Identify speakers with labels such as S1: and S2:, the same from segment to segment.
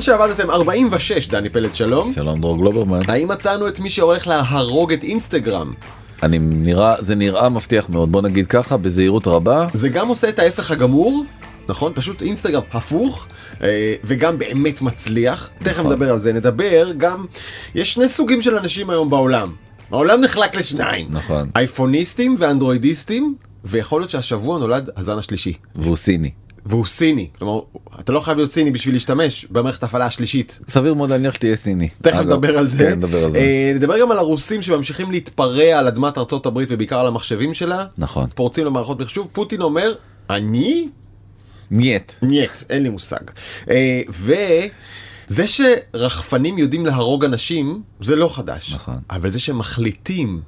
S1: שעבדתם 46, דני פלד, שלום.
S2: שלום דרור גלוברמן.
S1: האם מצאנו את מי שהולך להרוג את אינסטגרם?
S2: אני נראה, זה נראה מבטיח מאוד, בוא נגיד ככה, בזהירות רבה.
S1: זה גם עושה את ההפך הגמור, נכון? פשוט אינסטגרם הפוך, אה, וגם באמת מצליח. תכף
S2: נכון.
S1: נדבר על זה. נדבר גם, יש שני סוגים של אנשים היום בעולם. העולם נחלק לשניים.
S2: נכון.
S1: אייפוניסטים ואנדרואידיסטים, ויכול להיות שהשבוע נולד הזן השלישי.
S2: והוא סיני.
S1: והוא סיני. כלומר, אתה לא חייב להיות סיני בשביל להשתמש במערכת ההפעלה השלישית.
S2: סביר מאוד להניח שתהיה סיני.
S1: תכף
S2: אגב,
S1: נדבר על זה.
S2: כן, נדבר על זה.
S1: אה, נדבר גם על הרוסים שממשיכים להתפרע על אדמת ארצות הברית ובעיקר על המחשבים שלה.
S2: נכון.
S1: פורצים למערכות מחשוב, פוטין אומר, אני?
S2: נייט.
S1: נייט, אין לי מושג. אה, וזה שרחפנים יודעים להרוג אנשים, זה לא חדש.
S2: נכון.
S1: אבל זה שמחליטים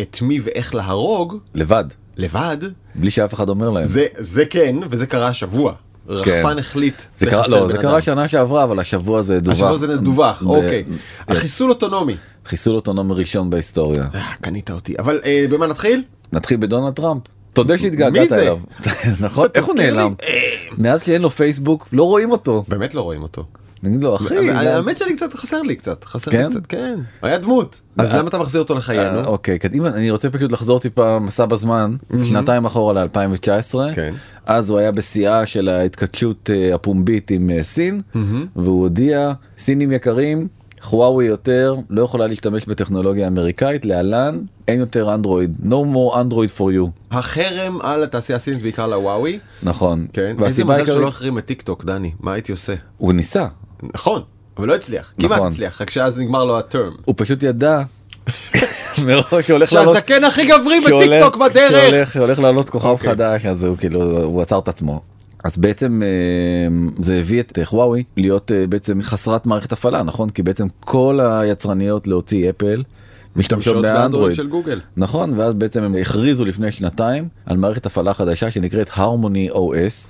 S1: את מי ואיך להרוג,
S2: לבד.
S1: לבד,
S2: בלי שאף אחד אומר להם.
S1: זה, זה כן, וזה קרה השבוע. רחפן החליט
S2: זה קרה,
S1: לחסל
S2: לא,
S1: בן
S2: זה
S1: אדם.
S2: קרה שנה שעברה, אבל השבוע זה דווח.
S1: השבוע זה דווח,
S2: ב-
S1: אוקיי.
S2: ב-
S1: החיסול אוטונומי.
S2: חיסול אוטונומי ראשון בהיסטוריה.
S1: אה, קנית אותי. אבל אה, במה נתחיל?
S2: נתחיל בדונלד טראמפ. תודה
S1: מי
S2: שהתגעגעת
S1: זה?
S2: אליו. נכון? איך הוא
S1: תזכיר לי.
S2: נעלם?
S1: אה,
S2: מאז שאין לו פייסבוק, לא רואים אותו.
S1: באמת לא רואים אותו.
S2: נגיד לו, אחי,
S1: אבל
S2: למה-
S1: האמת שאני קצת חסר לי קצת. חסר לי
S2: כן?
S1: קצת, כן. היה דמות. אז
S2: אה,
S1: למה אתה מחזיר אותו לחיינו?
S2: אה, אוקיי קדימה אני רוצה פשוט לחזור טיפה מסע בזמן שנתיים אחורה ל2019
S1: כן.
S2: אז הוא היה בשיאה של ההתכתשות אה, הפומבית עם אה, סין והוא הודיע סינים יקרים. חוואוי יותר לא יכולה להשתמש בטכנולוגיה אמריקאית להלן אין יותר אנדרואיד no more אנדרואיד for you
S1: החרם על התעשייה הסינית בעיקר לוואוי.
S2: נכון
S1: כן. איזה
S2: והסיבה
S1: מזל שלא
S2: העיקרית
S1: החרים את טיק טוק, דני. מה הייתי עושה?
S2: הוא ניסה
S1: נכון. אבל לא הצליח. כמעט
S2: נכון.
S1: הצליח. רק שאז נגמר לו הטרם.
S2: הוא פשוט ידע מראש שהולך לעלות
S1: שהזקן הכי גברי
S2: לא- שהולך-
S1: בטיק טוק בדרך.
S2: שהולך- שהולך לעלות כוכב
S1: אוקיי.
S2: חדש אז הוא כאילו הוא עצר את עצמו. אז בעצם אה, זה הביא את אה, חוואוי להיות אה, בעצם חסרת מערכת הפעלה נכון כי בעצם כל היצרניות להוציא אפל משתמשות באנדרואיד.
S1: של גוגל.
S2: נכון ואז בעצם הם הכריזו לפני שנתיים על מערכת הפעלה חדשה שנקראת הרמוני OS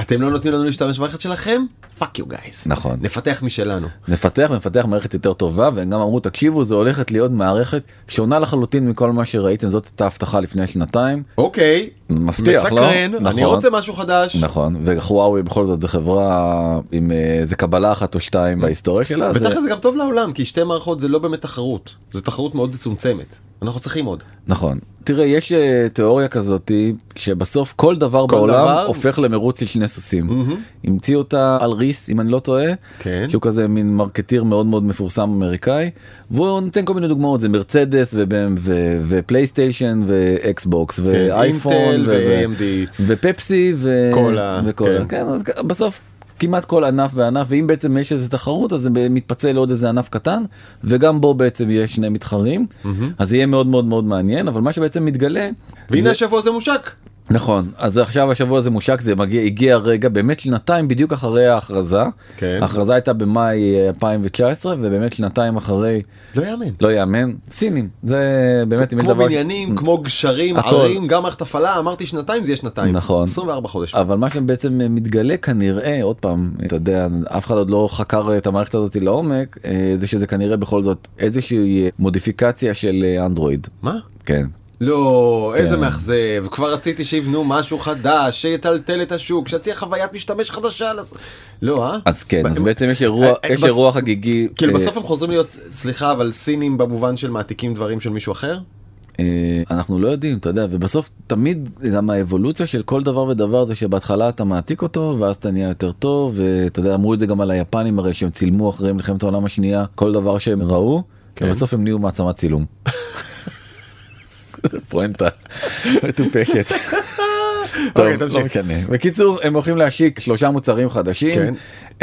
S1: אתם לא נותנים לנו להשתמש במערכת שלכם? פאק יו גייז.
S2: נכון.
S1: נפתח משלנו.
S2: נפתח ונפתח מערכת יותר טובה והם גם אמרו תקשיבו זה הולכת להיות מערכת שונה לחלוטין מכל מה שראיתם זאת הייתה הבטחה לפני שנתיים
S1: אוקיי.
S2: מבטיח לא?
S1: מסקרן. אני
S2: נכון.
S1: רוצה משהו חדש.
S2: נכון וחוואוי בכל זאת זו חברה עם אה, איזה קבלה אחת או שתיים בהיסטוריה שלה זה,
S1: בתכל'ס זה גם טוב לעולם, כי שתי מערכות זה לא באמת תחרות, זו תחרות מאוד מצומצמת. אנחנו צריכים עוד.
S2: נכון תראה יש אה, תיאוריה כזאתי שבסוף כל דבר
S1: כל
S2: בעולם
S1: דבר-
S2: הופך למרוץ של שני סוסים המציאו אותה על ריס אם אני לא טועה
S1: כן.
S2: שהוא כזה מין מרקטיר מאוד מאוד מפורסם אמריקאי והוא נותן כל מיני דוגמאות זה מרצדס ו-BMW ופלייסטיישן ואקסבוקס ואייפון
S1: כן, אינטל
S2: וזה.
S1: ו-AMD.
S2: ופפסי ו...
S1: קולה,
S2: וקולה.
S1: כן.
S2: כן. כן, אז בסוף כמעט כל ענף וענף ואם בעצם יש איזה תחרות אז זה מתפצל לעוד איזה ענף קטן וגם בו בעצם יש שני מתחרים אז יהיה מאוד מאוד מאוד מעניין אבל מה שבעצם מתגלה.
S1: והנה
S2: זה...
S1: השבוע זה מושק.
S2: נכון אז עכשיו השבוע הזה מושק זה מגיע הגיע רגע באמת שנתיים בדיוק אחרי ההכרזה.
S1: כן.
S2: ההכרזה הייתה במאי אה, 2019 ובאמת שנתיים אחרי
S1: לא יאמן.
S2: לא יאמן סינים זה באמת אם יש
S1: כמו
S2: דבר ש-
S1: בניינים, כמו גשרים,
S2: הכל.
S1: ערים, גם מערכת הפעלה, אמרתי שנתיים, זה יהיה שנתיים.
S2: נכון.
S1: 24 חודש.
S2: אבל מה שבעצם מתגלה כנראה עוד פעם אתה יודע אף אחד עוד לא חקר את המערכת הזאת לעומק אה, זה שזה כנראה בכל זאת איזושהי מודיפיקציה של אה, אנדרואיד
S1: מה?
S2: כן
S1: לא, איזה
S2: כן.
S1: מאכזב, כבר רציתי שיבנו משהו חדש, שיטלטל את השוק, שיציע חוויית משתמש חדשה. לס- לא, אה?
S2: אז כן
S1: ב-
S2: אז בעצם יש אירוע
S1: אה, אה,
S2: יש
S1: בס-
S2: אירוע חגיגי
S1: כאילו
S2: אה,
S1: בסוף הם חוזרים להיות, סליחה, אבל סינים במובן של מעתיקים דברים של מישהו אחר?
S2: אה, אנחנו לא יודעים אתה יודע ובסוף תמיד גם האבולוציה של כל דבר ודבר זה שבהתחלה אתה מעתיק אותו ואז אתה נהיה יותר טוב ואתה יודע אמרו את זה גם על היפנים הרי שהם צילמו אחרי מלחמת העולם השנייה כל דבר שהם ראו
S1: כן.
S2: ובסוף הם נהיו מעצמת צילום. זה פואנטה מטופשת. טוב,
S1: אוקיי,
S2: לא
S1: תמשיך.
S2: משנה. בקיצור הם הולכים להשיק שלושה מוצרים חדשים
S1: כן.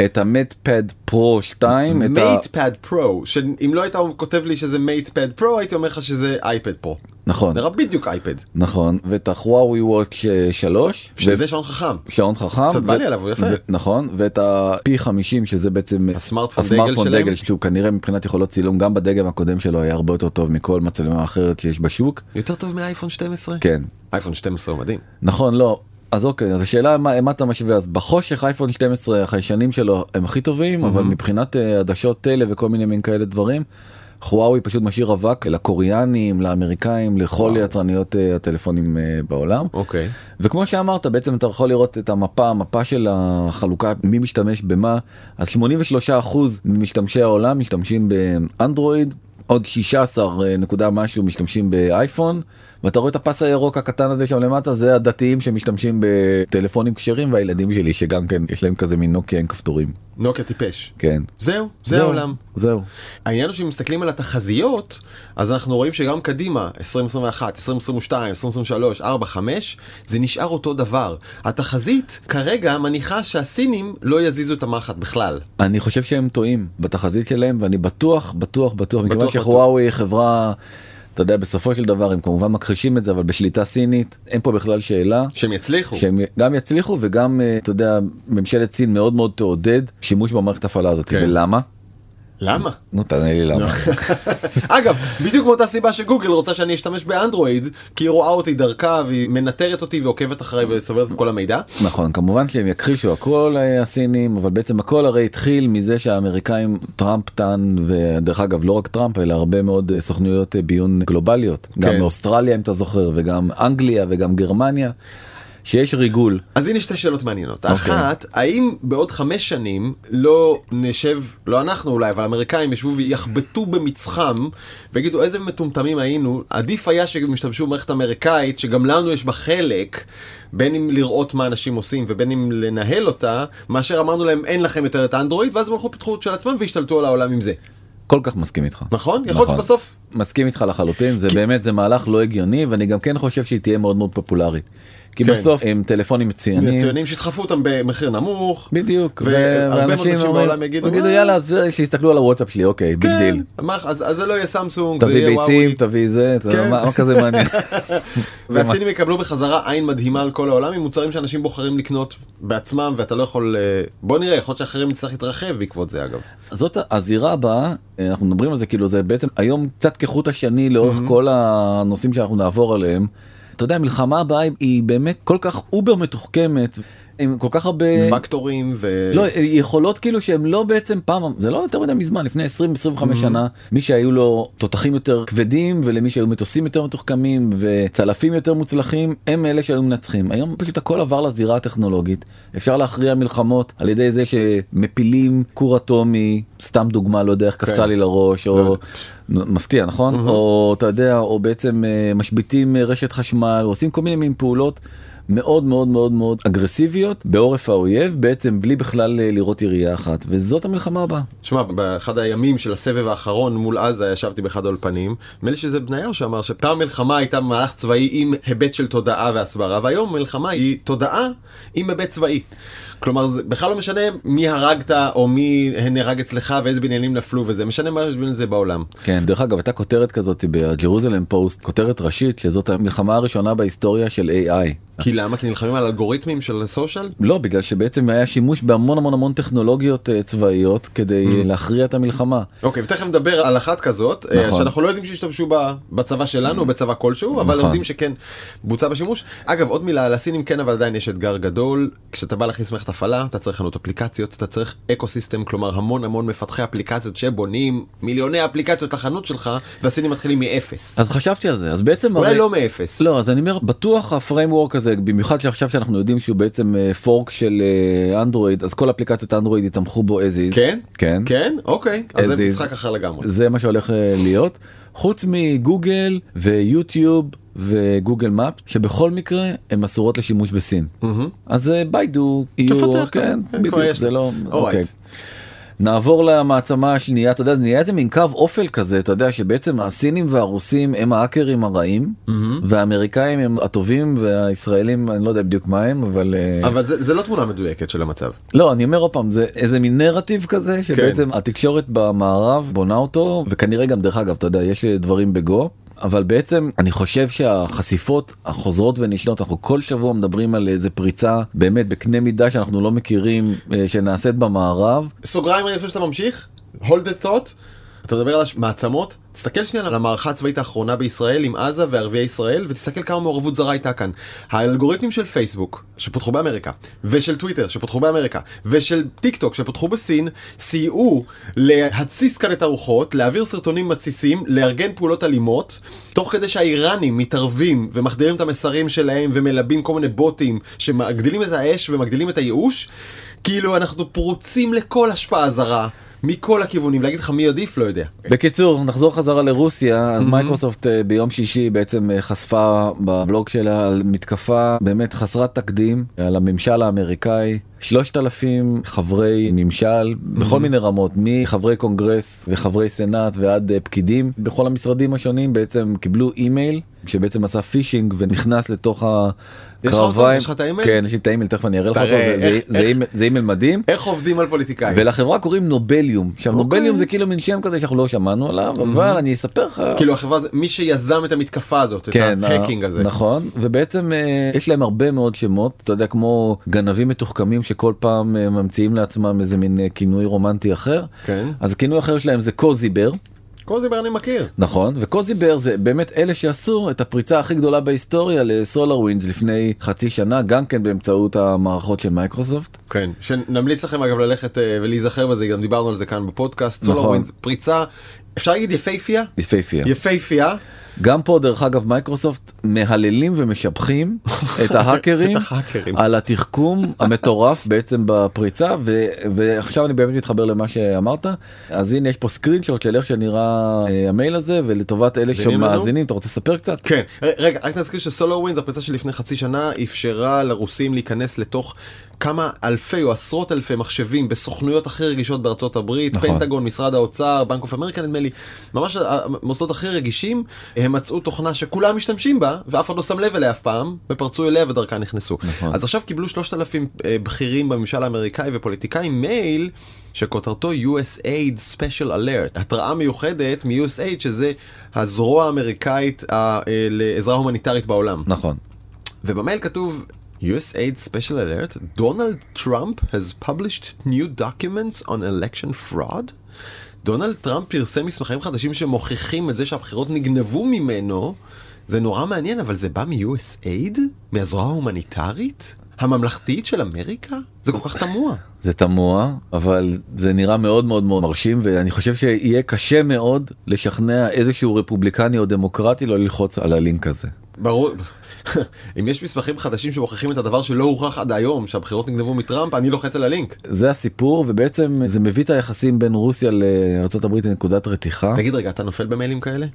S2: את המטפד פרו 2 את ה-
S1: מייטפד פרו, שאם לא היית כותב לי שזה מייטפד פרו, הייתי אומר לך שזה אייפד פרו.
S2: נכון
S1: נראה בדיוק אייפד.
S2: נכון ואת החוואוי וואץ' 3
S1: שזה שעון חכם.
S2: שעון חכם.
S1: קצת בא לי עליו, הוא יפה.
S2: נכון, ואת ה-P 50 שזה בעצם
S1: הסמארטפון דגל שלהם.
S2: דגל שהוא כנראה מבחינת יכולות צילום גם בדגם הקודם שלו היה הרבה יותר טוב מכל מצלמה אחרת שיש בשוק.
S1: יותר טוב מאייפון 12?
S2: כן,
S1: אייפון 12 הוא מדהים.
S2: נכון לא. אז אוקיי, אז השאלה מה, מה אתה משווה, אז בחושך אייפון 12 החיישנים שלו הם הכי טובים, אבל מבחינת אה, עדשות טלה וכל מיני מין כאלה דברים, חוואוי פשוט משאיר אבק לקוריאנים, לאמריקאים, לכל
S1: וואו.
S2: יצרניות אה, הטלפונים אה, בעולם.
S1: אוקיי.
S2: וכמו שאמרת, בעצם אתה יכול לראות את המפה, המפה של החלוקה, מי משתמש במה. אז 83% ממשתמשי העולם משתמשים באנדרואיד, עוד 16 נקודה משהו משתמשים באייפון, ואתה רואה את הפס הירוק הקטן הזה שם למטה, זה הדתיים שמשתמשים בטלפונים כשרים, והילדים שלי שגם כן יש להם כזה מין נוקיה עם כפתורים.
S1: נוקיה טיפש.
S2: כן.
S1: זהו, זה
S2: זהו,
S1: העולם.
S2: זהו.
S1: העניין הוא שאם מסתכלים על התחזיות, אז אנחנו רואים שגם קדימה, 2021, 2022, 2023, 4, 5, זה נשאר אותו דבר. התחזית כרגע מניחה שהסינים לא יזיזו את המחט בכלל.
S2: אני חושב שהם טועים בתחזית שלהם ואני בטוח בטוח בטוח מכיוון
S1: בטוח.
S2: שחוואוי היא חברה אתה יודע בסופו של דבר הם כמובן מכחישים את זה אבל בשליטה סינית אין פה בכלל שאלה
S1: שהם יצליחו.
S2: שהם גם יצליחו וגם אה, אתה יודע ממשלת סין מאוד מאוד תעודד שימוש במערכת הפעלה הזאת
S1: כן. לא.
S2: ולמה
S1: למה?
S2: נו תענה לי למה
S1: אגב, בדיוק מאותה סיבה שגוגל רוצה שאני אשתמש באנדרואיד, כי היא רואה אותי דרכה והיא מנטרת אותי ועוקבת אחריי וסוברת את כל המידע.
S2: נכון כמובן שהם יכחישו הכל אה, הסינים אבל בעצם הכל הרי התחיל מזה שהאמריקאים טראמפ טען ודרך אגב לא רק טראמפ אלא הרבה מאוד אה, סוכנויות אה, ביון גלובליות גם
S1: כן.
S2: מאוסטרליה אם אתה זוכר וגם אנגליה וגם גרמניה שיש ריגול
S1: אז הנה שתי שאלות מעניינות. Okay.
S2: אוקיי.
S1: אחת, האם בעוד חמש שנים לא נשב, לא אנחנו אולי, אבל האמריקאים ישבו ויחבטו במצחם ויגידו איזה מטומטמים היינו, עדיף היה שהם ישתמשו במערכת אמריקאית, שגם לנו יש בה חלק, בין אם לראות מה אנשים עושים ובין אם לנהל אותה, מאשר אמרנו להם אין לכם יותר את האנדרואיד, ואז הם הלכו פיתחו את של עצמם והשתלטו על העולם עם זה.
S2: כל כך מסכים איתך
S1: נכון? יכול להיות
S2: נכון.
S1: שבסוף...
S2: מסכים איתך לחלוטין זה באמת זה מהלך לא הגיוני ואני גם כן חושב שהיא תהיה מאוד מאוד פופולרית כי
S1: כן.
S2: בסוף הם טלפונים מצוינים.
S1: מצוינים שידחפו אותם במחיר נמוך.
S2: בדיוק,
S1: והרבה מאוד אנשים בעולם יגידו, "אה." כן,
S2: יאללה אז שיסתכלו על הוואטסאפ שלי אוקיי ביג דיל,
S1: מה, אז, אז זה לא יהיה סמסונג, זה
S2: תביא
S1: יהיה וואוי.
S2: ביצים תביא זה אתה יודע,
S1: כן.
S2: מה מה כזה מעניין.
S1: והסינים יקבלו בחזרה עין מדהימה על כל העולם עם מוצרים שאנשים בוחרים לקנות בעצמם ואתה לא יכול אה, בוא נראה יכול להיות שאחרים נצטרך להתרחב בעקבות זה אגב.
S2: זאת הזירה הבאה אנחנו מדברים על זה כאילו זה בעצם היום קצת כחוט השני לאורך
S1: Mm-hmm.
S2: כל הנושאים שאנחנו נעבור עליהם. אתה יודע המלחמה הבאה היא- היא באמת כל כך אובר מתוחכמת עם כל כך הרבה.
S1: וקטורים ו...
S2: אה, לא, יכולות כאילו שהם לא בעצם פעם, זה לא יותר מדי מזמן, לפני 20-25 שנה, מי שהיו לו תותחים יותר כבדים ולמי שהיו מטוסים יותר מתוחכמים וצלפים יותר מוצלחים, הם אלה שהיו מנצחים. היום פשוט הכל עבר לזירה הטכנולוגית, אפשר להכריע מלחמות על ידי זה שמפילים כור אטומי, סתם דוגמה, לא יודע איך קפצה לי לראש,
S1: לא
S2: או מפתיע נכון? או אתה יודע, או בעצם אה, משביתים אה, רשת חשמל, או עושים כל מיני מין פעולות. מאוד מאוד מאוד מאוד אגרסיביות בעורף האויב בעצם בלי בכלל אה, לראות ירייה אחת וזאת המלחמה הבאה.
S1: שמע באחד הימים של הסבב האחרון מול עזה ישבתי באחד האולפנים נדמה לי שזה בניהו שאמר שפעם מלחמה הייתה מהלך צבאי עם היבט של תודעה והסברה והיום מלחמה היא תודעה עם היבט צבאי. כלומר זה בכלל לא משנה מי הרגת או מי נהרג אצלך ואיזה בניינים נפלו וזה משנה מה יש בין זה בעולם.
S2: כן. דרך אגב הייתה כותרת כזאת בג'רוזלם פוסט כותרת ראשית שזאת המלחמה הראשונה בהיסטוריה של AI.
S1: כי למה? כי נלחמים על אלגוריתמים של סושיאל?
S2: לא בגלל שבעצם היה שימוש בהמון המון המון טכנולוגיות אה, צבאיות כדי אה, להכריע את המלחמה.
S1: אוקיי, ותכף נדבר על אחת כזאת, אה,
S2: נכון.
S1: שאנחנו לא יודעים שהשתמשו בה בצבא שלנו, בצבא כלשהו, אבל
S2: נכון.
S1: יודעים שכן בוצע בשימוש. אגב, עוד מילה, לסינים כן, אבל עדיין יש אתגר גדול. כשאתה בא להכניס מערכת הפעלה, אתה צריך חנות אפליקציות, אתה צריך אקו סיסטם, כלומר המון המון מפתחי אפליקציות שבונים מיליוני אפליקציות לחנות שלך, והסינים מתחילים מאפס.
S2: אז חשבתי על זה אז בעצם
S1: אולי
S2: הרי-
S1: לא מאפס.
S2: אה, לא אז אני אומר בטוח הפריימוורק הזה במיוחד שעכשיו שאנחנו יודעים שהוא בעצם אה, פורק של אה, אנדרואיד אז כל אפליקציות אנדרואיד יתמכו בו as is.
S1: כן?
S2: כן.
S1: כן? אוקיי. אז
S2: אז
S1: זה
S2: is.
S1: משחק אחר לגמרי.
S2: זה מה שהולך אה, להיות חוץ מגוגל ויוטיוב וגוגל מאפ שבכל מקרה הן אסורות לשימוש בסין
S1: מהמם.
S2: אז אה, ביידו יהיו
S1: תפתח כזה,
S2: כן
S1: כן, כבר
S2: בדיוק
S1: יש
S2: זה
S1: לה.
S2: לא
S1: Alright.
S2: אוקיי. נעבור למעצמה השנייה אתה יודע זה נהיה איזה מין קו אופל כזה אתה יודע שבעצם הסינים והרוסים הם ההאקרים הרעים והאמריקאים הם הטובים והישראלים אני לא יודע בדיוק מה הם אבל אה,
S1: אבל זה זה לא תמונה מדויקת של המצב.
S2: לא אני אומר עוד פעם זה איזה מין נרטיב כזה שבעצם התקשורת במערב בונה אותו וכנראה גם דרך אגב אתה יודע יש אה, דברים בגו. אבל בעצם אני חושב שהחשיפות החוזרות ונשנות אנחנו כל שבוע מדברים על איזה פריצה באמת בקנה מידה שאנחנו לא מכירים אה, שנעשית במערב
S1: סוגריים רגע לפני שאתה ממשיך, hold the thought, אתה מדבר על המעצמות, תסתכל שנייה על המערכה הצבאית האחרונה בישראל עם עזה וערביי ישראל, ותסתכל כמה מעורבות זרה הייתה כאן. האלגוריתמים של פייסבוק, שפותחו באמריקה, ושל טוויטר, שפותחו באמריקה, ושל טיק טוק, שפותחו בסין, סייעו להתסיס כאן את הרוחות, להעביר סרטונים מתסיסים, לארגן פעולות אלימות, תוך כדי שהאיראנים מתערבים ומחדירים את המסרים שלהם ומלבים כל מיני בוטים שמגדילים את האש ומגדילים את הייאוש. כאילו אנחנו פרוצים לכל השפעה זרה. מכל הכיוונים, להגיד לך מי עדיף? לא יודע.
S2: בקיצור, נחזור חזרה לרוסיה, אז מייקרוסופט אה, ביום שישי בעצם אה, חשפה בבלוג שלה על מתקפה באמת חסרת תקדים על הממשל האמריקאי. 3,000 חברי ממשל בכל מיני רמות, מחברי קונגרס וחברי סנאט ועד אה, פקידים בכל המשרדים השונים בעצם קיבלו אימייל שבעצם עשה פישינג ונכנס לתוך
S1: יש לך אותו?
S2: הקרביים.
S1: יש לך את האימייל?
S2: כן, יש לי את האימייל, תכף אני אראה לך
S1: תראה,
S2: אותו, זה- זה-
S1: איך-
S2: זה
S1: איך-
S2: אימייל- זה אימייל מדהים.
S1: איך עובדים על פוליטיקאים?
S2: ולחברה קוראים נובליום. עכשיו
S1: אוקיי.
S2: נובליום זה כאילו מין שם כזה שאנחנו לא שמענו עליו, אבל אני אספר לך. כן,
S1: כאילו החברה, זה- מי שיזם את המתקפה הזאת, את
S2: ה-
S1: ההקינג הזה.
S2: נכון ובעצם אה, יש להם הרבה מאוד שמות אתה יודע כמו גנבים מתוחכמים שכל פעם אה, ממציאים לעצמם איזה מין אה, כינוי רומנטי אחר
S1: כן.
S2: אז כינוי אחר שלהם זה קוזיבר
S1: כל זה אני מכיר.
S2: נכון וקוזיבר זה באמת אלה שעשו את הפריצה הכי גדולה בהיסטוריה לסולר ווינס לפני חצי שנה גם כן באמצעות המערכות של מייקרוסופט
S1: כן. שנמליץ לכם אגב ללכת אה, ולהיזכר בזה, גם דיברנו על זה כאן בפודקאסט.
S2: נכון.
S1: סולר ווינדס, פריצה, אפשר להגיד יפייפייה?
S2: יפהפייה.
S1: יפייפייה.
S2: גם פה דרך אגב מייקרוסופט מהללים ומשבחים את ההאקרים
S1: את ההאקרים.
S2: על התחכום המטורף בעצם בפריצה ו- ועכשיו אני באמת מתחבר למה שאמרת אז הנה יש פה סקרין שוט של איך שנראה אה, המייל הזה ולטובת אלה
S1: מאזינים לנו?
S2: שמאזינים אתה רוצה לספר קצת?
S1: כן. ר- רגע, רק נזכיר שסולר ווינדס, הפריצה שלפני חצי שנה, אפשרה לרוסים להיכנס לתוך... כמה אלפי או עשרות אלפי מחשבים בסוכנויות הכי רגישות בארצות הברית,
S2: נכון.
S1: פנטגון, משרד האוצר, בנק אוף אמריקה נדמה לי, ממש אה, המוסדות הכי רגישים, הם מצאו תוכנה שכולם משתמשים בה, ואף אחד לא שם לב אליה אף פעם, ופרצו אליה ודרכה נכנסו.
S2: נכון.
S1: אז עכשיו קיבלו 3,000 אה, בכירים בממשל האמריקאי ופוליטיקאים מייל שכותרתו USAID Special Alert, התראה מיוחדת מ-USAID שזה הזרוע האמריקאית ה- אה, לעזרה הומניטרית בעולם.
S2: נכון.
S1: ובמייל כתוב USAID Special Alert, Donald Trump has published new documents on election fraud? דונלד טראמפ פרסם מסמכים חדשים שמוכיחים את זה שהבחירות נגנבו ממנו. זה נורא מעניין, אבל זה בא מ-USAID? מהזרוע ההומניטרית? הממלכתית של אמריקה? זה כל כך תמוה.
S2: זה תמוה אבל זה נראה מאוד מאוד מאוד מרשים ואני חושב שיהיה קשה מאוד לשכנע איזשהו רפובליקני או דמוקרטי לא ללחוץ על הלינק הזה.
S1: ברור. אם יש מסמכים חדשים שמוכיחים את הדבר שלא הוכח עד היום, שהבחירות נגנבו מטראמפ, אני לוחץ על הלינק.
S2: זה הסיפור ובעצם זה מביא את היחסים בין רוסיה לארה"ב לנקודת רתיחה.
S1: תגיד רגע, אתה נופל במיילים כאלה?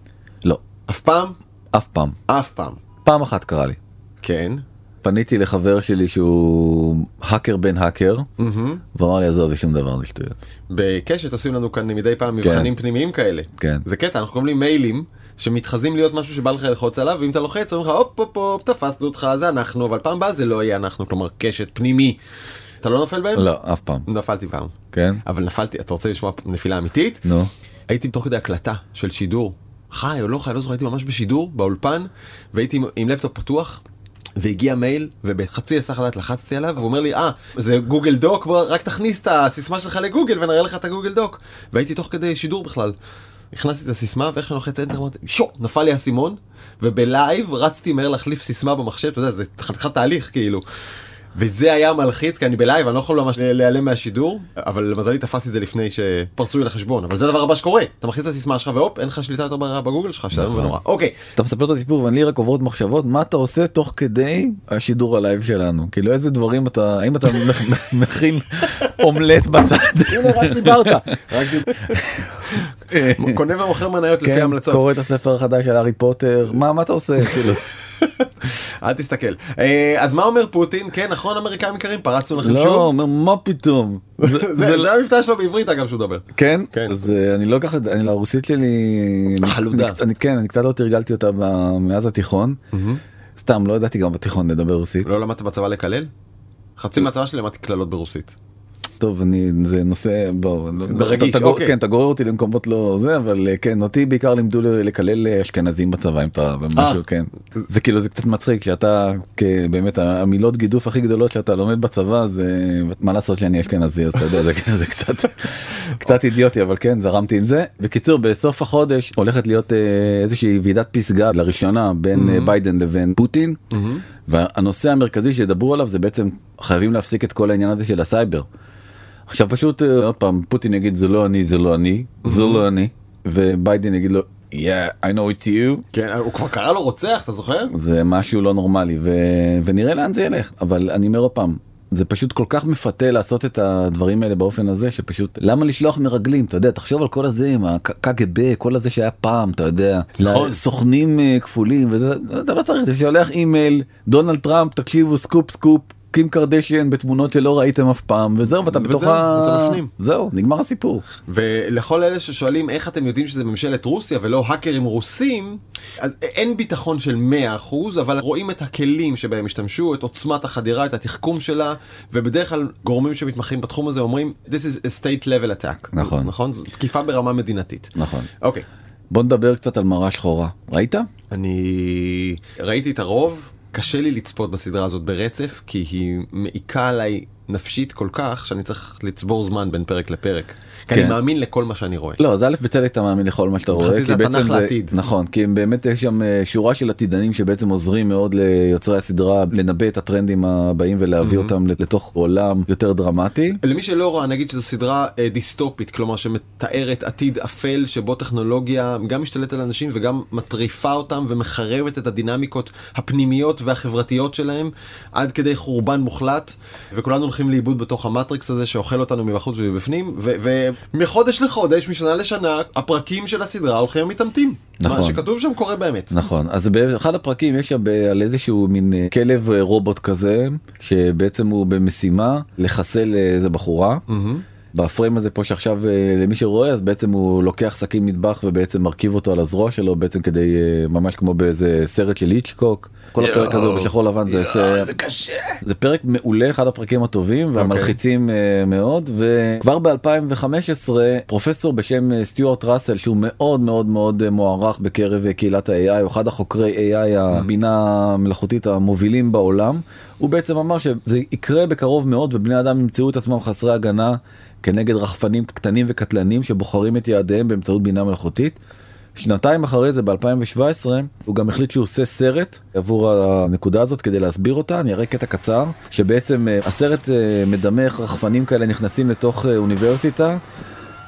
S2: לא,
S1: אף פעם?
S2: אף פעם.
S1: אף פעם.
S2: פעם אחת קרה לי.
S1: כן.
S2: פניתי לחבר שלי שהוא האקר בן האקר,
S1: מהמם.
S2: והוא אמר לי עזוב זה שום דבר זה שטויות.
S1: בקשת עושים לנו כאן מדי פעם מבחנים פנימיים כאלה.
S2: כן.
S1: זה קטע, אנחנו קוראים לי מיילים שמתחזים להיות משהו שבא לך ללחוץ עליו, ואם אתה לוחץ אומרים לך הופ הופ הופ תפסנו אותך זה אנחנו, אבל פעם הבאה זה לא יהיה אנחנו, כלומר קשת פנימי. אתה לא נופל בהם?
S2: לא, אף פעם.
S1: נפלתי פעם.
S2: כן?
S1: אבל נפלתי, אתה רוצה לשמוע נפילה אמיתית?
S2: נו.
S1: הייתי תוך כדי הקלטה של שידור, חי או לא חי, לא זוכר, הייתי ממש בשידור, באולפן, והייתי עם- עם לפטופ פתוח. והגיע מייל ובחצי הסך הדעת לחצתי עליו והוא אומר לי אה זה גוגל דוק בוא רק תכניס את הסיסמה שלך לגוגל ונראה לך את הגוגל דוק והייתי תוך כדי שידור בכלל. הכנסתי את הסיסמה ואיך שאני לוחץ אנטר אמרתי שו נפל לי האסימון ובלייב רצתי מהר להחליף סיסמה במחשב אתה יודע זה חתיכת תהליך כאילו. וזה היה מלחיץ כי אני בלייב אני לא יכול ממש להיעלם מהשידור אבל למזלי תפסתי את זה לפני שפרצו לי לחשבון אבל זה הדבר הבא שקורה אתה מכניס את הסיסמה שלך והופ אין לך שליטה יותר בגוגל שלך שזה
S2: נכון.
S1: נורא אוקיי
S2: אתה מספר את הסיפור ואני רק עוברות מחשבות מה אתה עושה תוך כדי השידור הלייב שלנו כאילו איזה דברים אתה האם אתה מכ- מכין אומלט בצד
S1: הנה רק דיברת. רק דיברת. קונה ומוכר מניות לפי
S2: כן,
S1: ההמלצות.
S2: קורא את הספר החדש של הארי פוטר מה מה אתה עושה כאילו
S1: אל תסתכל. אה, אז מה אומר פוטין? כן, נכון, אמריקאים יקרים, פרצנו לכם
S2: לא
S1: שוב.
S2: אומר, מה פתאום
S1: זה- זה המבטא שלו בעברית, אגב, שהוא מדבר.
S2: כן?
S1: כן.
S2: אז אה, אני לא ככה, אני הרוסית שלי, אני-
S1: חלודה.
S2: אני קצת- אני כן, אני קצת לא תרגלתי אותה ב- מאז התיכון. סתם, לא ידעתי גם בתיכון לדבר רוסית.
S1: לא למדת בצבא לקלל? חצי
S2: לא.
S1: מהצבא שלי למדתי קללות ברוסית.
S2: טוב, אני, זה נושא, בואו, לא-
S1: ברגיש,
S2: אתה- אתה גור-
S1: אוקיי.
S2: כן, אתה גורר אותי למקומות לא זה, אבל אה, כן, אותי בעיקר לימדו ל- לקלל אה, אשכנזים בצבא, אם אתה,
S1: אה.
S2: משהו, כן. זה כאילו, זה קצת מצחיק, שאתה, כ- באמת, המילות גידוף הכי גדולות שאתה לומד בצבא, זה, מה לעשות שאני אשכנזי, אז אתה יודע, זה- זה כאילו, קצת, קצת אידיוטי אבל כן זרמתי עם זה. בקיצור בסוף החודש הולכת להיות אה, איזושהי ועידת פסגה לראשונה בין
S1: Mm-hmm.
S2: אה, ביידן לבין פוטין. והנושא המרכזי שידברו עליו זה בעצם חייבים להפסיק את כל העניין הזה של הסייבר. עכשיו פשוט אה, עוד פעם פוטין יגיד זה לא אני זה לא אני זה לא אני וביידן יגיד לו yeah I know it's you
S1: כן, הוא כבר קרא לו רוצח, אתה זוכר?
S2: זה משהו לא נורמלי ו... ונראה לאן זה ילך אבל אני אומר עוד פעם. זה פשוט כל כך מפתה לעשות את הדברים האלה באופן הזה שפשוט למה לשלוח מרגלים אתה יודע תחשוב על כל הזה עם הקג"ב כל הזה שהיה פעם אתה יודע
S1: נכון.
S2: סוכנים אה, כפולים וזה אתה לא צריך אתה שולח אימייל דונלד טראמפ תקשיבו סקופ סקופ קים קרדשן בתמונות שלא ראיתם אף פעם וזהו ואתה
S1: וזהו,
S2: בתוך
S1: אתה
S2: ה...
S1: בפנים.
S2: זהו נגמר הסיפור.
S1: ולכל אלה ששואלים איך אתם יודעים שזה ממשלת רוסיה ולא האקרים רוסים, אז אין ביטחון של 100%, אבל רואים את הכלים שבהם השתמשו, את עוצמת החדירה, את התחכום שלה, ובדרך כלל גורמים שמתמחים בתחום הזה אומרים, This is a state level attack.
S2: נכון.
S1: נכון? זו תקיפה ברמה מדינתית.
S2: נכון.
S1: אוקיי.
S2: בוא נדבר קצת על מראה שחורה ראית?
S1: אני ראיתי את הרוב, קשה לי לצפות בסדרה הזאת ברצף, כי היא מעיקה עליי נפשית כל כך, שאני צריך לצבור זמן בין פרק לפרק. כי אני
S2: כן.
S1: מאמין לכל מה שאני רואה.
S2: לא אז א' בצדק אתה מאמין לכל מה שאתה רואה.
S1: מבחינתי
S2: כי
S1: זה
S2: בעצם
S1: התנ"ך לעתיד.
S2: נכון כי הם באמת יש שם אה, שורה של עתידנים שבעצם עוזרים מאוד ליוצרי הסדרה לנבא את הטרנדים הבאים ולהביא אותם לתוך עולם יותר דרמטי.
S1: למי שלא ראה נגיד שזו סדרה אה, דיסטופית כלומר שמתארת עתיד אפל שבו טכנולוגיה גם משתלטת על אנשים וגם מטריפה אותם ומחרבת את הדינמיקות הפנימיות והחברתיות שלהם עד כדי חורבן מוחלט וכולנו הולכים לאיבוד בתוך המטריקס הזה שאוכל אותנו מבחוץ ומבפנים ו- ומחודש לחודש משנה לשנה הפרקים של הסדרה הולכים ומתעמתים. מה
S2: נכון.
S1: שכתוב שם קורה באמת.
S2: נכון אז באחד הפרקים יש שם ב- על איזשהו מין אה, כלב אה, רובוט כזה שבעצם הוא במשימה לחסל אה, איזה בחורה. בפריים הזה פה שעכשיו אה, למי שרואה אז בעצם הוא לוקח סכין מטבח ובעצם מרכיב אותו על הזרוע שלו בעצם כדי אה, ממש כמו באיזה סרט של היצ'קוק כל הפרק הזה הוא בשחור לבן זה סרט.
S1: קשה.
S2: זה פרק מעולה אחד הפרקים הטובים והמלחיצים אה, מאוד וכבר ב2015 פרופסור בשם אה, סטיוארט ראסל שהוא מאוד מאוד מאוד אה, מוערך בקרב אה, קהילת ה-AI הוא אחד החוקרי AI הבינה המלאכותית המובילים בעולם הוא בעצם אמר שזה יקרה בקרוב מאוד ובני אדם ימצאו את עצמם חסרי הגנה כנגד רחפנים קטנים וקטלניים שבוחרים את יעדיהם באמצעות בינה מלאכותית. שנתיים אחרי זה ב-2017 הוא גם החליט שהוא עושה סרט עבור הנקודה הזאת כדי להסביר אותה אני אראה קטע קצר שבעצם אה, הסרט אה, מדמה איך רחפנים כאלה נכנסים לתוך אה, אוניברסיטה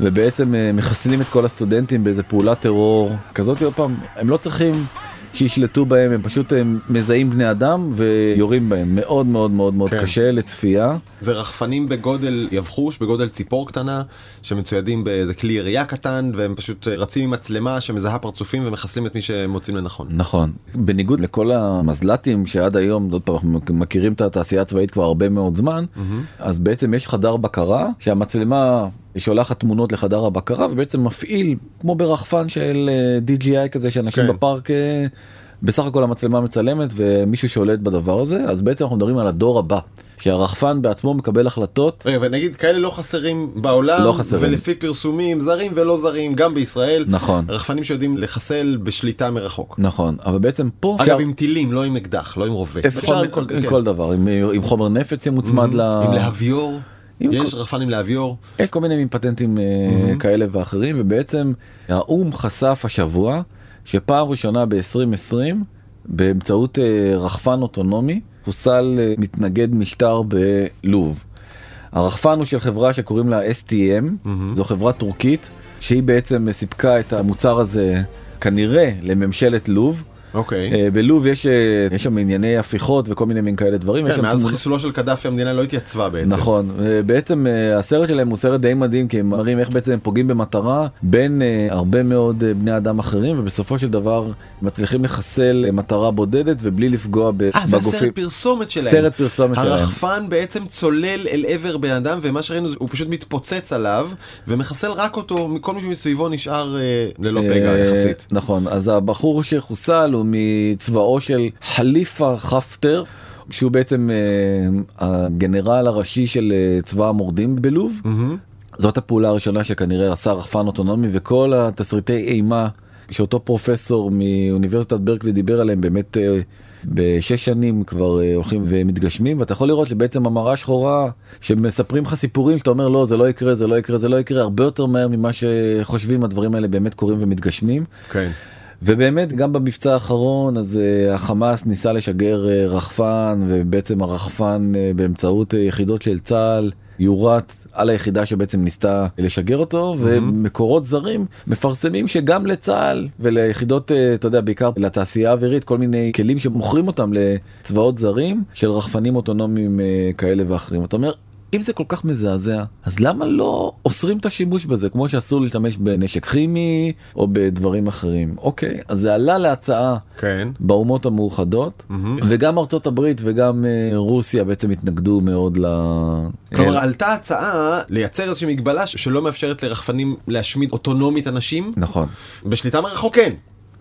S2: ובעצם אה, מחסלים את כל הסטודנטים באיזה פעולת טרור כזאת עוד פעם הם לא צריכים שישלטו בהם הם פשוט אה, מזהים בני אדם ויורים בהם מאוד מאוד מאוד מאוד
S1: כן.
S2: קשה לצפייה
S1: זה רחפנים בגודל יבחוש, בגודל ציפור קטנה, שמצוידים באיזה כלי ירייה קטן, והם פשוט רצים עם מצלמה שמזהה פרצופים ומחסלים את מי שהם מוצאים לנכון.
S2: נכון בניגוד לכל המזל"טים שעד היום עוד פעם אנחנו מכירים את התעשייה הצבאית כבר הרבה מאוד זמן אז בעצם יש חדר בקרה שהמצלמה שולחת תמונות לחדר הבקרה ובעצם מפעיל כמו ברחפן של אה, DJI כזה שאנשים
S1: כן.
S2: בפארק. אה, בסך הכל המצלמה מצלמת ומישהו שולט בדבר הזה אז בעצם אנחנו מדברים על הדור הבא שהרחפן בעצמו מקבל החלטות
S1: רגע, ונגיד כאלה לא חסרים בעולם,
S2: לא חסרים.
S1: ולפי פרסומים זרים ולא זרים, גם בישראל,
S2: נכון
S1: רחפנים שיודעים לחסל בשליטה מרחוק.
S2: נכון אבל בעצם פה
S1: אגב, עם טילים, לא עם אקדח, לא עם רובה.
S2: אפשר עם כל- עם
S1: כן.
S2: כל דבר עם- עם חומר נפץ שמוצמד ל...
S1: עם להביור,
S2: עם אה,
S1: יש רחפנים להביור.
S2: יש כל מיני מין פטנטים mm-hmm. כאלה ואחרים ובעצם האו"ם חשף השבוע שפעם ראשונה ב-2020 באמצעות אה, רחפן אוטונומי חוסל אה, מתנגד משטר בלוב. הרחפן הוא של חברה שקוראים לה STM, mm-hmm. זו חברה טורקית שהיא בעצם סיפקה את המוצר הזה כנראה לממשלת לוב.
S1: אוקיי.
S2: אה, בלוב יש, אה, יש שם ענייני הפיכות וכל מיני מין כאלה דברים. יש
S1: כן,
S2: שם
S1: מאז
S2: תמונות-
S1: חיסולו של קדאפי המדינה לא התייצבה בעצם.
S2: נכון אה, בעצם אה, הסרט שלהם הוא סרט די מדהים כי הם מראים איך בעצם הם פוגעים במטרה בין אה, הרבה מאוד אה, בני אדם אחרים ובסופו של דבר מצליחים לחסל אה, מטרה בודדת ובלי לפגוע ב-
S1: אה, זה
S2: בגופים.
S1: הסרט פרסומת שלהם.
S2: סרט פרסומת שלהם.
S1: הרחפן בעצם צולל אל עבר בן אדם ומה שראינו זה הוא פשוט מתפוצץ עליו ומחסל רק אותו מכל מי שמסביבו נשאר אה, ללא פגע
S2: אה,
S1: יחסית.
S2: נכון אז הבחור שחוסל הוא מצבאו של חליפה חפטר. שהוא בעצם אה, הגנרל הראשי של אה, צבא המורדים בלוב,
S1: מהמם.
S2: זאת הפעולה הראשונה שכנראה עשה רחפן אוטונומי וכל התסריטי אימה שאותו פרופסור מאוניברסיטת ברקלי דיבר עליהם באמת אה, בשש שנים כבר אה, הולכים ומתגשמים ואתה יכול לראות שבעצם המראה שחורה שמספרים לך סיפורים שאתה אומר לא זה לא יקרה זה לא יקרה זה לא יקרה הרבה יותר מהר ממה שחושבים הדברים האלה באמת קורים ומתגשמים.
S1: כן.
S2: ובאמת גם במבצע האחרון אז אה, החמאס ניסה לשגר אה, רחפן ובעצם הרחפן אה, באמצעות אה, יחידות של צה"ל יורט על היחידה שבעצם ניסתה לשגר אותו ומקורות זרים מפרסמים שגם לצה"ל וליחידות אה, אתה יודע בעיקר לתעשייה האווירית כל מיני כלים שמוכרים אותם לצבאות זרים של רחפנים אוטונומיים אה, כאלה ואחרים אתה אומר. אם זה כל כך מזעזע, אז למה לא אוסרים את השימוש בזה, כמו שאסור להשתמש בנשק כימי או בדברים אחרים? אוקיי, אז זה עלה להצעה
S1: כן.
S2: באומות המאוחדות, וגם ארצות הברית וגם אה, רוסיה בעצם התנגדו מאוד ל...
S1: כלומר
S2: אה,
S1: עלתה הצעה לייצר איזושהי מגבלה ש- שלא מאפשרת לרחפנים להשמיד אוטונומית אנשים
S2: נכון.
S1: בשליטה מרחוק כן.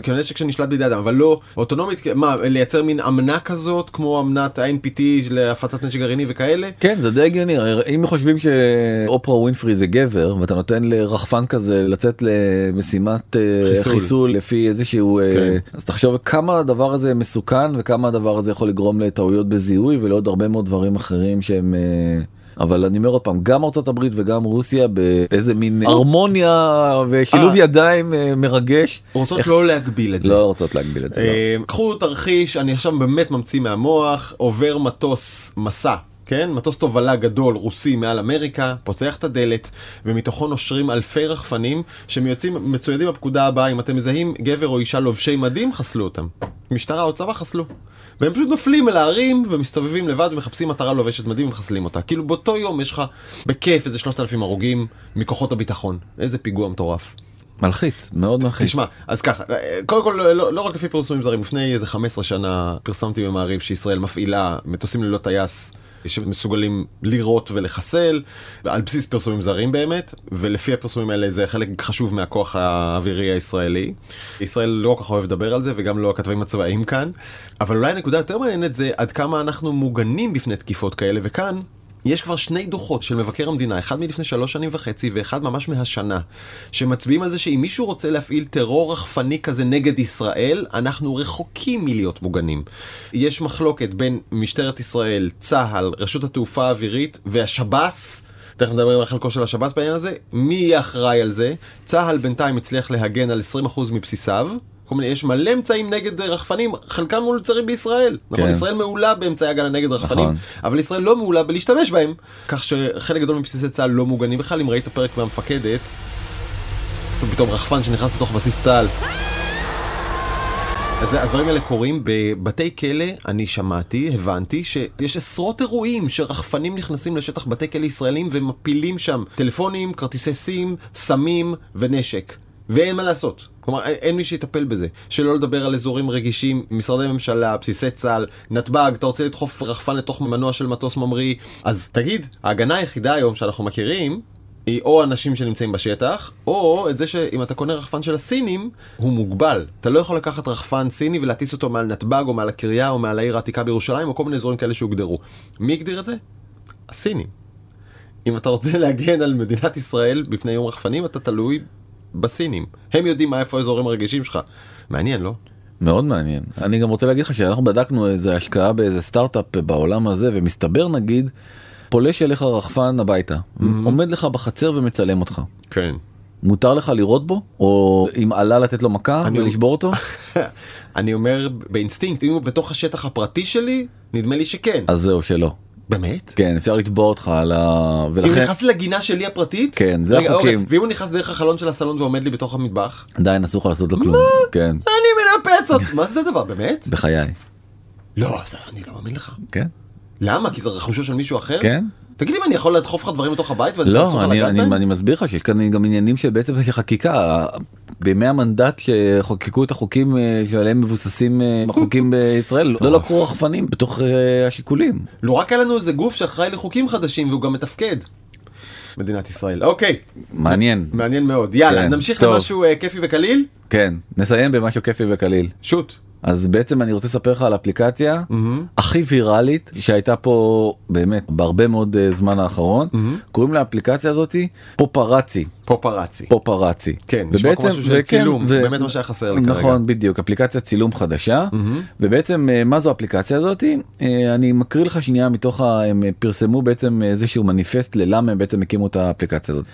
S1: כאילו נשק שנשלט בידי אדם אבל לא אוטונומית כ- מה לייצר מין אמנה כזאת כמו אמנת ה-NPT להפצת נשק גרעיני וכאלה.
S2: כן, זה די הגיוני. הרי אם חושבים שאופרה ווינפרי זה גבר, ואתה נותן לרחפן כזה לצאת למשימת אה,
S1: חיסול.
S2: חיסול לפי איזשהו... אה,
S1: כן.
S2: אז תחשוב כמה הדבר הזה מסוכן, וכמה הדבר הזה יכול לגרום לטעויות בזיהוי, ולעוד הרבה מאוד דברים אחרים שהם... אה, אבל אני אומר עוד פעם, גם ארצות הברית וגם רוסיה באיזה מין הרמוניה ושילוב
S1: אה.
S2: ידיים אה, מרגש.
S1: רוצות
S2: איך-
S1: לא להגביל את זה.
S2: לא רוצות להגביל את זה. לא.
S1: אה, קחו תרחיש, אני עכשיו באמת ממציא מהמוח, עובר מטוס מסע. כן, מטוס תובלה גדול רוסי מעל אמריקה, פותח את הדלת, ומתוכו נושרים אלפי רחפנים שמיוצאים, מצוידים בפקודה הבאה, אם אתם מזהים גבר או אישה לובשי מדים, חסלו אותם. משטרה או צבא חסלו. והם פשוט נופלים אל הערים ומסתובבים לבד ומחפשים מטרה לובשת מדים ומחסלים אותה. כאילו באותו יום יש לך בכיף איזה 3,000 הרוגים מכוחות הביטחון. איזה פיגוע מטורף.
S2: מלחיץ, מאוד מלחיץ.
S1: תשמע, אז ככה, אה, קודם כל, לא- לא, לא רק לפי פרסומים זרים, לפני איזה 15 שנה פרסמתי במעריב שישראל מפעילה מטוסים ללא טייס. שמסוגלים לירות ולחסל, על בסיס פרסומים זרים באמת, ולפי הפרסומים האלה זה חלק חשוב מהכוח האווירי הישראלי. ישראל לא כל כך אוהב לדבר על זה, וגם לא הכתבים הצבאיים כאן, אבל אולי הנקודה היותר מעניינת זה עד כמה אנחנו מוגנים בפני תקיפות כאלה, וכאן יש כבר שני דוחות של מבקר המדינה, אחד מלפני שלוש שנים וחצי ואחד ממש מהשנה, שמצביעים על זה שאם מישהו רוצה להפעיל טרור רחפני כזה נגד ישראל, אנחנו רחוקים מלהיות מוגנים. יש מחלוקת בין משטרת ישראל, צה"ל, רשות התעופה האווירית והשב"ס. תכף נדבר על חלקו של השב"ס בעניין הזה, מי יהיה אחראי על זה? צה"ל בינתיים הצליח להגן על 20% מבסיסיו, כל מיני, יש מלא אמצעים נגד אה, רחפנים, חלקם מולצרים בישראל, נכון?
S2: כן.
S1: ישראל מעולה באמצעי הגנה נגד רחפנים,
S2: נכון.
S1: אבל ישראל לא מעולה בלהשתמש בהם, כך שחלק גדול מבסיסי צה"ל לא מוגנים בכלל, אם ראית פרק מהמפקדת, פתאום רחפן שנכנס לתוך בסיס צה"ל. אז הדברים האלה קורים בבתי כלא, אני שמעתי, הבנתי שיש עשרות אירועים שרחפנים נכנסים לשטח בתי כלא ישראלים ומפילים שם טלפונים, כרטיסי סים, סמים ונשק. ואין מה לעשות. כלומר, אין- אין מי שיטפל בזה. שלא לדבר על אזורים רגישים, משרדי ממשלה, בסיסי צה"ל, נתב"ג, אתה רוצה לדחוף רחפן לתוך מנוע של מטוס ממריא, אז תגיד, ההגנה היחידה היום שאנחנו מכירים, היא או אנשים שנמצאים בשטח, או את זה שאם אתה קונה רחפן של הסינים, הוא מוגבל. אתה לא יכול לקחת רחפן סיני ולהטיס אותו מעל נתב"ג, או מעל הקריה, או מעל העיר העתיקה בירושלים, או כל מיני אזורים כאלה שהוגדרו. מי הגדיר את זה? הסינים. אם אתה רוצה להגן על מדינת ישראל בפני יום רחפנים, אתה תלוי בסינים. הם יודעים מה איפה האזורים הרגישים שלך. מעניין, לא?
S2: מאוד מעניין. אני גם רוצה להגיד לך שאנחנו בדקנו איזה השקעה באיזה סטארט-אפ בעולם הזה, ומסתבר נגיד, פולש אליך רחפן הביתה,
S1: Mm-hmm.
S2: עומד לך בחצר ומצלם אותך.
S1: כן.
S2: מותר לך לירות בו? או אם עלה לתת לו מכה
S1: אני-
S2: ולשבור אותו?
S1: אני אומר באינסטינקט, אם הוא בתוך השטח הפרטי שלי, נדמה לי שכן.
S2: אז זהו שלא.
S1: באמת?
S2: כן, אפשר לתבוע אותך על ה...
S1: אם הוא
S2: ולכן
S1: נכנס לגינה שלי הפרטית?
S2: כן, זה
S1: רגע,
S2: החוקים.
S1: אוקיי, ואם הוא נכנס דרך החלון של הסלון ועומד לי בתוך המטבח?
S2: עדיין אסור לך לעשות לו כלום. כן,
S1: אני מנפץ אותו! מה זה הדבר, באמת?
S2: בחיי.
S1: לא, זה- אני לא מאמין לך.
S2: כן,
S1: למה? כי זה רכושו של מישהו אחר?
S2: כן.
S1: תגיד לי, אם אני יכול לדחוף לך דברים לתוך הבית ואתה אסור
S2: לא,
S1: לך
S2: אני,
S1: לגעת
S2: אני,
S1: בהם?
S2: אני מסביר לך שיש כאן גם עניינים שבעצם של חקיקה. בימי המנדט שחוקקו את החוקים אה, שעליהם מבוססים אה, החוקים בישראל, לא
S1: מטורף.
S2: לקחו רחפנים בתוך אה, השיקולים.
S1: לו לא, רק היה לנו איזה גוף שאחראי לחוקים חדשים והוא גם מתפקד. מדינת ישראל. אוקיי,
S2: מעניין.
S1: מעניין מאוד. יאללה,
S2: כן,
S1: נמשיך
S2: טוב.
S1: למשהו אה, כיפי וקליל?
S2: כן, נסיים במשהו כיפי וקליל.
S1: שוט.
S2: אז בעצם אני רוצה לספר לך על אפליקציה
S1: Mm-hmm.
S2: הכי ויראלית שהייתה פה באמת בהרבה מאוד אה, זמן האחרון
S1: Mm-hmm.
S2: קוראים לאפליקציה הזאתי פופרצי
S1: פופרצי.
S2: פופרצי.
S1: כן, נשמע כמו משהו של
S2: וכן,
S1: צילום, באמת מה שהיה חסר לי כרגע.
S2: נכון, בדיוק, אפליקציית צילום חדשה, ובעצם אה, מה זו האפליקציה הזאת? אה, אני מקריא לך שנייה מתוך, ה... הם אה, פרסמו בעצם איזשהו מניפסט ללמה הם בעצם הקימו את האפליקציה הזאת.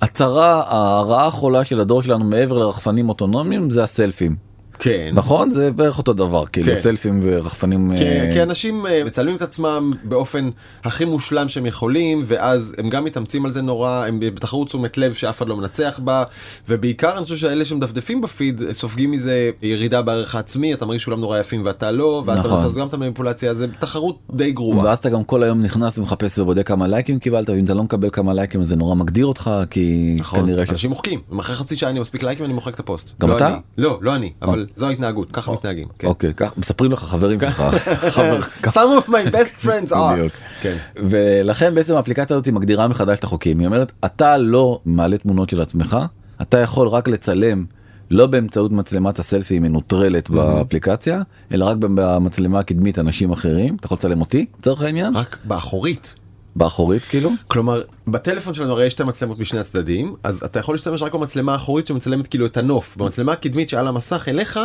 S2: הצרה הרעה החולה של הדור שלנו מעבר לרחפנים אוטונומיים זה הסלפים.
S1: כן.
S2: נכון? זה בערך אותו דבר,
S1: כן.
S2: כאילו סלפים ורחפנים...
S1: כי,
S2: אה,
S1: כי אנשים אה, מצלמים את עצמם באופן הכי מושלם שהם יכולים, ואז הם גם מתאמצים על זה נורא, הם בתחרות תשומת לב שאף אחד לא מנצח בה, ובעיקר אני חושב שאלה שמדפדפים בפיד אה, סופגים מזה ירידה בערך העצמי, אתה מרגיש שכולם נורא יפים ואתה לא, ואז אתה
S2: נכון.
S1: מנסה לעשות גם את המניפולציה, זה תחרות די גרועה.
S2: ואז אתה גם כל היום נכנס ומחפש ובודק כמה לייקים קיבלת ואם אתה לא מקבל כמה לייקים זה נורא מגדיר אותך כי
S1: נכון,
S2: כנראה ש...
S1: אנשים מוחקים, אם אחרי חצי שעה אני מספיק לייקים אני מוחק את הפוסט.
S2: גם
S1: לא
S2: אתה?
S1: אני. לא, לא אני, אבל זו ההתנהגות, ככה מתנהגים. כן.
S2: אוקיי, כך מספרים לך חברים שלך. חבר- ככה.
S1: Some of my best friends are.
S2: בדיוק.
S1: כן.
S2: ולכן בעצם האפליקציה הזאת היא מגדירה מחדש את החוקים. היא אומרת, אתה לא מעלה תמונות של עצמך, אתה יכול רק לצלם לא באמצעות מצלמת הסלפי מנוטרלת באפליקציה, אלא רק במצלמה הקדמית אנשים אחרים. אתה יכול לצלם אותי, לצורך העניין,
S1: רק באחורית.
S2: באחורית כאילו.
S1: כלומר, בטלפון שלנו הרי יש שתי מצלמות משני הצדדים, אז אתה יכול להשתמש רק במצלמה האחורית שמצלמת כאילו את הנוף. במצלמה הקדמית שעל המסך אליך,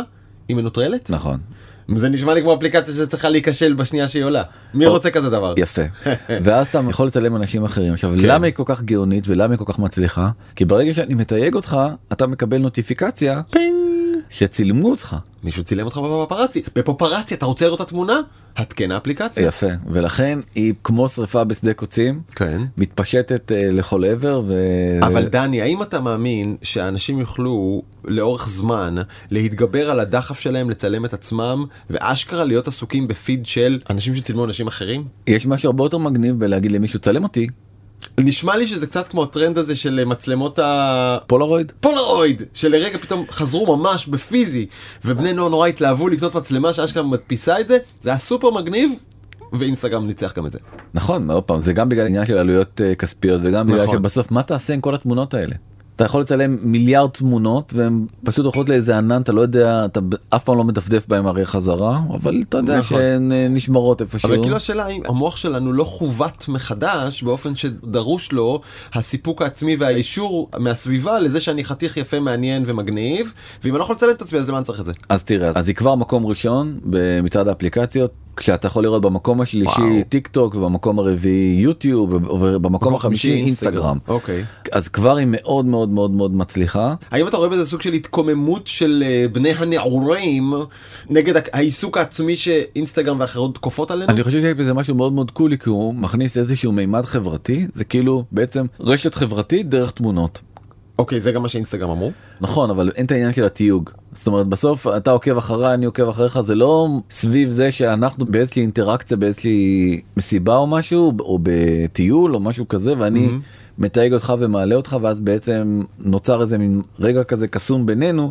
S1: היא מנוטרלת?
S2: נכון.
S1: זה נשמע לי כמו אפליקציה שצריכה להיכשל בשנייה שהיא עולה. מי
S2: או-
S1: רוצה כזה דבר?
S2: יפה. ואז אתה יכול לצלם אנשים אחרים. עכשיו,
S1: כן.
S2: למה היא כל כך גאונית ולמה היא כל כך מצליחה? כי ברגע שאני מתייג אותך, אתה מקבל נוטיפיקציה
S1: פינג.
S2: שצילמו אותך.
S1: מישהו צילם אותך בפפרצי. בפפרצי אתה רוצה לראות את התמונה? התקן האפליקציה.
S2: יפה. ולכן היא כמו שריפה בשדה קוצים.
S1: כן.
S2: מתפשטת אה, לכל עבר ו... אה,
S1: אבל דני, האם אתה מאמין שאנשים יוכלו לאורך זמן להתגבר על הדחף שלהם לצלם את עצמם, ואשכרה להיות עסוקים בפיד של אנשים שצילמו אנשים אחרים?
S2: יש משהו הרבה יותר מגניב בלהגיד למישהו צלם אותי
S1: נשמע לי שזה קצת כמו הטרנד הזה של אה, מצלמות
S2: פולרויד
S1: הפולרויד, שלרגע פתאום חזרו ממש בפיזי, ובני נוער נורא התלהבו לקנות מצלמה שאשכרה מדפיסה את זה, זה היה סופר מגניב, ואינסטגרם ניצח גם את זה.
S2: נכון עוד פעם זה גם בגלל עניין של עלויות אה, כספיות וגם בגלל
S1: נכון.
S2: שבסוף מה תעשה עם כל התמונות האלה. אתה יכול לצלם מיליארד תמונות והן פשוט הולכות לאיזה ענן אתה לא יודע אתה ב- אף פעם לא מדפדף בהם הרי חזרה אבל אתה יודע
S1: נכון.
S2: שהן אה, נשמרות איפשהו.
S1: אבל כאילו השאלה האם המוח שלנו לא חוות מחדש באופן שדרוש לו הסיפוק העצמי והאישור מהסביבה לזה שאני חתיך יפה מעניין ומגניב ואם אני לא יכול לצלם את עצמי אז למה אני צריך את זה?
S2: אז תראה אז היא כבר מקום ראשון במצעד האפליקציות כשאתה יכול לראות במקום
S1: וואו.
S2: השלישי טיק טוק ובמקום הרביעי יוטיוב ובמקום החמישי אינסטגרם.
S1: אוקיי.
S2: אז כבר היא מאוד מאוד מאוד מאוד מצליחה.
S1: האם אתה רואה בזה סוג של התקוממות של אה, בני הנעורים נגד ה- העיסוק העצמי שאינסטגרם ואחרות כופות עלינו?
S2: אני חושב שיש בזה משהו מאוד מאוד קולי כי הוא מכניס איזשהו מימד חברתי זה כאילו בעצם רשת חברתית דרך תמונות.
S1: אוקיי זה גם מה שאינסטגרם אמרו.
S2: נכון אבל אין את העניין של התיוג זאת אומרת בסוף אתה עוקב אחריי אני עוקב אחריך זה לא סביב זה שאנחנו באיזושהי אינטראקציה באיזושהי מסיבה או משהו או בטיול או משהו כזה ואני מתייג אותך ומעלה אותך ואז בעצם נוצר איזה מין רגע כזה קסום בינינו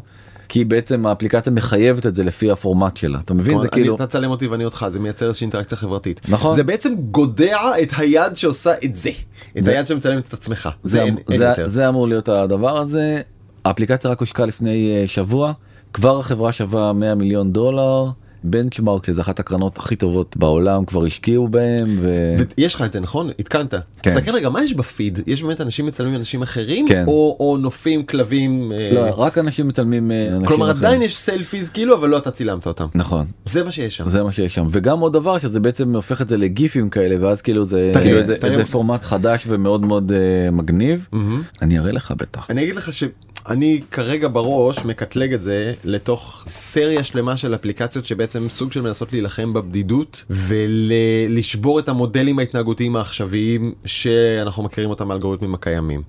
S2: כי בעצם האפליקציה מחייבת את זה לפי הפורמט שלה אתה מבין זה
S1: נכון, אני-
S2: כאילו
S1: אתה תצלם אותי ואני אותך זה מייצר איזושהי אינטראקציה חברתית.
S2: נכון.
S1: זה בעצם גודע את היד שעושה את זה. את
S2: זה-
S1: היד שמצלמת את עצמך.
S2: זה, אמ-
S1: אין- אין
S2: זה,
S1: יותר.
S2: זה אמור להיות הדבר הזה. האפליקציה רק הושקה לפני אה, שבוע, כבר החברה שווה 100 מיליון דולר. בנצ'מארק שזה אחת הקרנות הכי טובות בעולם כבר השקיעו בהם ו...
S1: ויש לך את זה נכון? התקנת.
S2: כן.
S1: תסתכל רגע מה יש בפיד? יש באמת אנשים מצלמים אנשים אחרים?
S2: כן.
S1: או, או נופים כלבים? אה,
S2: לא, רק אנשים מצלמים אה, אנשים
S1: כלומר
S2: אחרים.
S1: עדיין יש סלפיז כאילו אבל לא אתה צילמת אותם.
S2: נכון
S1: זה מה שיש שם.
S2: זה מה שיש שם וגם עוד דבר שזה בעצם הופך את זה לגיפים כאלה ואז כאילו זה
S1: תראה,
S2: כאילו איזה,
S1: תראה.
S2: איזה פורמט חדש ומאוד מאוד אה, מגניב
S1: מהמם.
S2: אני אראה לך בטח
S1: אני אגיד לך שאני כרגע בראש מקטלג את זה לתוך סריה שלמה של אפליקציות שבעצם סוג של מנסות להילחם בבדידות ולשבור את המודלים ההתנהגותיים העכשוויים שאנחנו מכירים אותם מהאלגוריתמים הקיימים.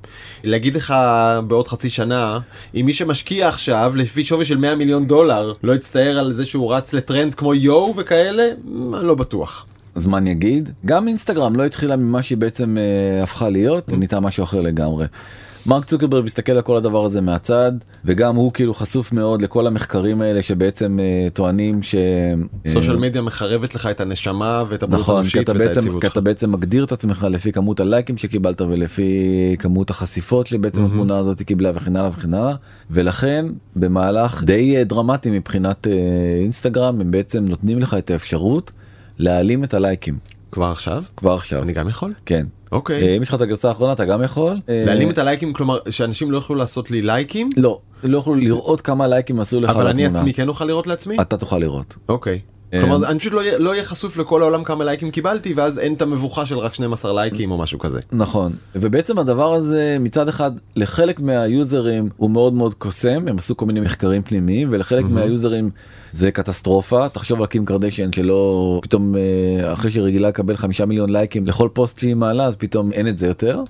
S1: להגיד לך בעוד חצי שנה אם מי שמשקיע עכשיו לפי שווי של 100 מיליון דולר לא יצטער על זה שהוא רץ לטרנד כמו יואו וכאלה אני לא בטוח.
S2: זמן
S1: Mm.
S2: יגיד גם אינסטגרם לא התחילה ממה שהיא בעצם אה, הפכה להיות נהייתה משהו אחר לגמרי. מרק צוקרברג מסתכל על כל הדבר הזה מהצד וגם הוא כאילו חשוף מאוד לכל המחקרים האלה שבעצם אה, טוענים ש... אה,
S1: סושיאל מדיה מחרבת לך את הנשמה ואת הבריאות
S2: נכון, כי
S1: הנפשית
S2: אתה,
S1: ואת
S2: בעצם,
S1: היציבות
S2: כי
S1: שלך.
S2: אתה בעצם מגדיר את עצמך לפי כמות הלייקים שקיבלת ולפי כמות החשיפות שבעצם mm-hmm. התמונה הזאת קיבלה וכן הלאה וכן הלאה ולכן במהלך די אה, דרמטי מבחינת אה, אינסטגרם הם בעצם נותנים לך את האפשרות להעלים את הלייקים
S1: כבר עכשיו?
S2: כבר עכשיו
S1: אני גם יכול?
S2: כן
S1: אוקיי.
S2: אה, אם יש לך את הגרסה האחרונה אתה גם יכול אה,
S1: להעלים את הלייקים, כלומר שאנשים לא יוכלו לעשות לי לייקים,
S2: לא לא יוכלו לראות כמה לייקים עשו לך
S1: אבל אני
S2: לתמונה.
S1: עצמי כן אוכל לראות לעצמי?
S2: אתה תוכל לראות
S1: אוקיי. כלומר אני פשוט לא אהיה- לא אהיה חשוף לכל העולם כמה לייקים קיבלתי ואז אין את המבוכה של רק 12 לייקים או משהו כזה.
S2: נכון ובעצם הדבר הזה מצד אחד לחלק מהיוזרים הוא מאוד מאוד קוסם הם עשו כל מיני מחקרים פנימיים ולחלק מהיוזרים זה קטסטרופה תחשוב על קים קרדשן שלא פתאום אה, אחרי שהיא רגילה לקבל חמישה מיליון לייקים לכל פוסט שהיא מעלה אז פתאום אין את זה יותר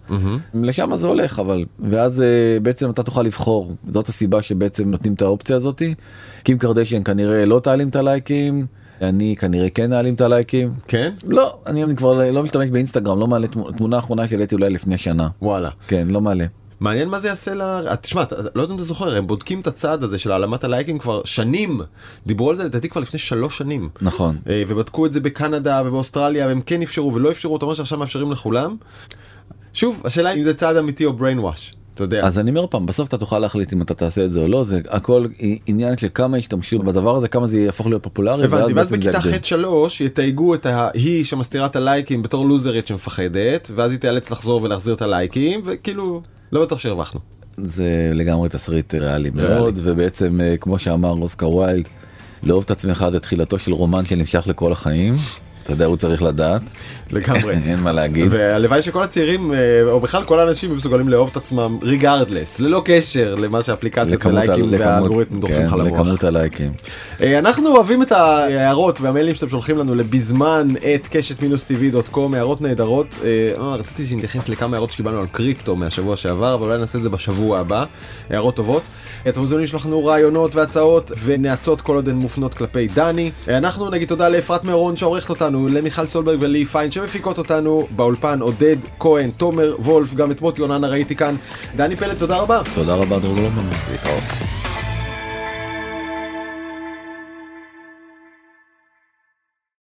S2: לשם זה הולך אבל ואז אה, בעצם אתה תוכל לבחור זאת הסיבה שבעצם נותנים את האופציה הזאתי קים קרדשן כנראה לא תעלים את הלייקים אני כנראה כן אעלים את הלייקים
S1: כן?
S2: לא, אני אני כבר לא משתמש באינסטגרם, לא מעלה תמונה, תמונה האחרונה שהעליתי אולי לפני שנה.
S1: וואלה.
S2: כן, לא מעלה.
S1: מעניין מה זה יעשה ל... אה, תשמע, אתה- לא יודע אם אתה זוכר, הם בודקים את הצעד הזה של העלמת הלייקים כבר שנים. דיברו על זה לדעתי כבר לפני שלוש שנים.
S2: נכון.
S1: אה, ובדקו את זה בקנדה ובאוסטרליה והם כן אפשרו ולא אפשרו, אתה אומר שעכשיו מאפשרים לכולם. שוב, השאלה אם זה צעד אמיתי או brainwash, אתה יודע.
S2: אז אני אומר פעם, בסוף אתה תוכל להחליט אם אתה תעשה את זה או לא, זה הכל עי- עניין של כמה ישתמשו בדבר הזה, כמה זה יהפוך להיות פופולרי,
S1: הבנתי, ואז
S2: בעצם זה
S1: בכיתה
S2: יגדל.
S1: ח'-3 יתייגו את ההיא שמסתירה את הלייקים בתור לוזרית שמפחדת, ואז היא תיאלץ לחזור ולהחזיר את הלייקים, וכאילו, לא בטוח שהרווחנו.
S2: זה לגמרי תסריט ריאלי
S1: ריאלי.
S2: מאוד, ובעצם אה, כמו שאמר אוסקר ווילד, לאהוב את עצמך זה תחילתו של רומן שנמשך לכל החיים, אתה יודע, הוא צריך לדעת,
S1: לגמרי.
S2: אין מה להגיד.
S1: והלוואי שכל הצעירים, אה, או בכלל כל האנשים, הם מסוגלים לאהוב את עצמם ריגארדלס, ללא קשר למה שהאפליקציות
S2: לכמות ה-
S1: ולייקים
S2: לכמות-
S1: והאלגוריתמים דוחפים
S2: כן,
S1: לך למוח.
S2: לכמות הלייקים.
S1: אה, אנחנו אוהבים את ההערות והמיילים שאתם שולחים לנו לבזמן את קשת מינוס טבעי דוט קום, הערות נהדרות. אה, אה, רציתי שנתייחס לכמה הערות שקיבלנו על קריפטו מהשבוע שעבר, אבל אולי נעשה את זה בשבוע הבא. הערות טובות. אה, אתם מוזמנים לשלוח לנו רעיונות והצעות ונאצות כל עוד הן מופנות כלפי דני. אה, אנחנו נגיד תודה לאפרת מירון שעורכת אותנו, למיכל סולברג ולי פיין שמפיקות אותנו, באולפן עודד כהן, תומר וולף, גם את מוטי אוננה ראיתי כאן. דני פלד, תודה רבה.
S2: תודה רבה דרור גלוברמן.
S1: להתראות.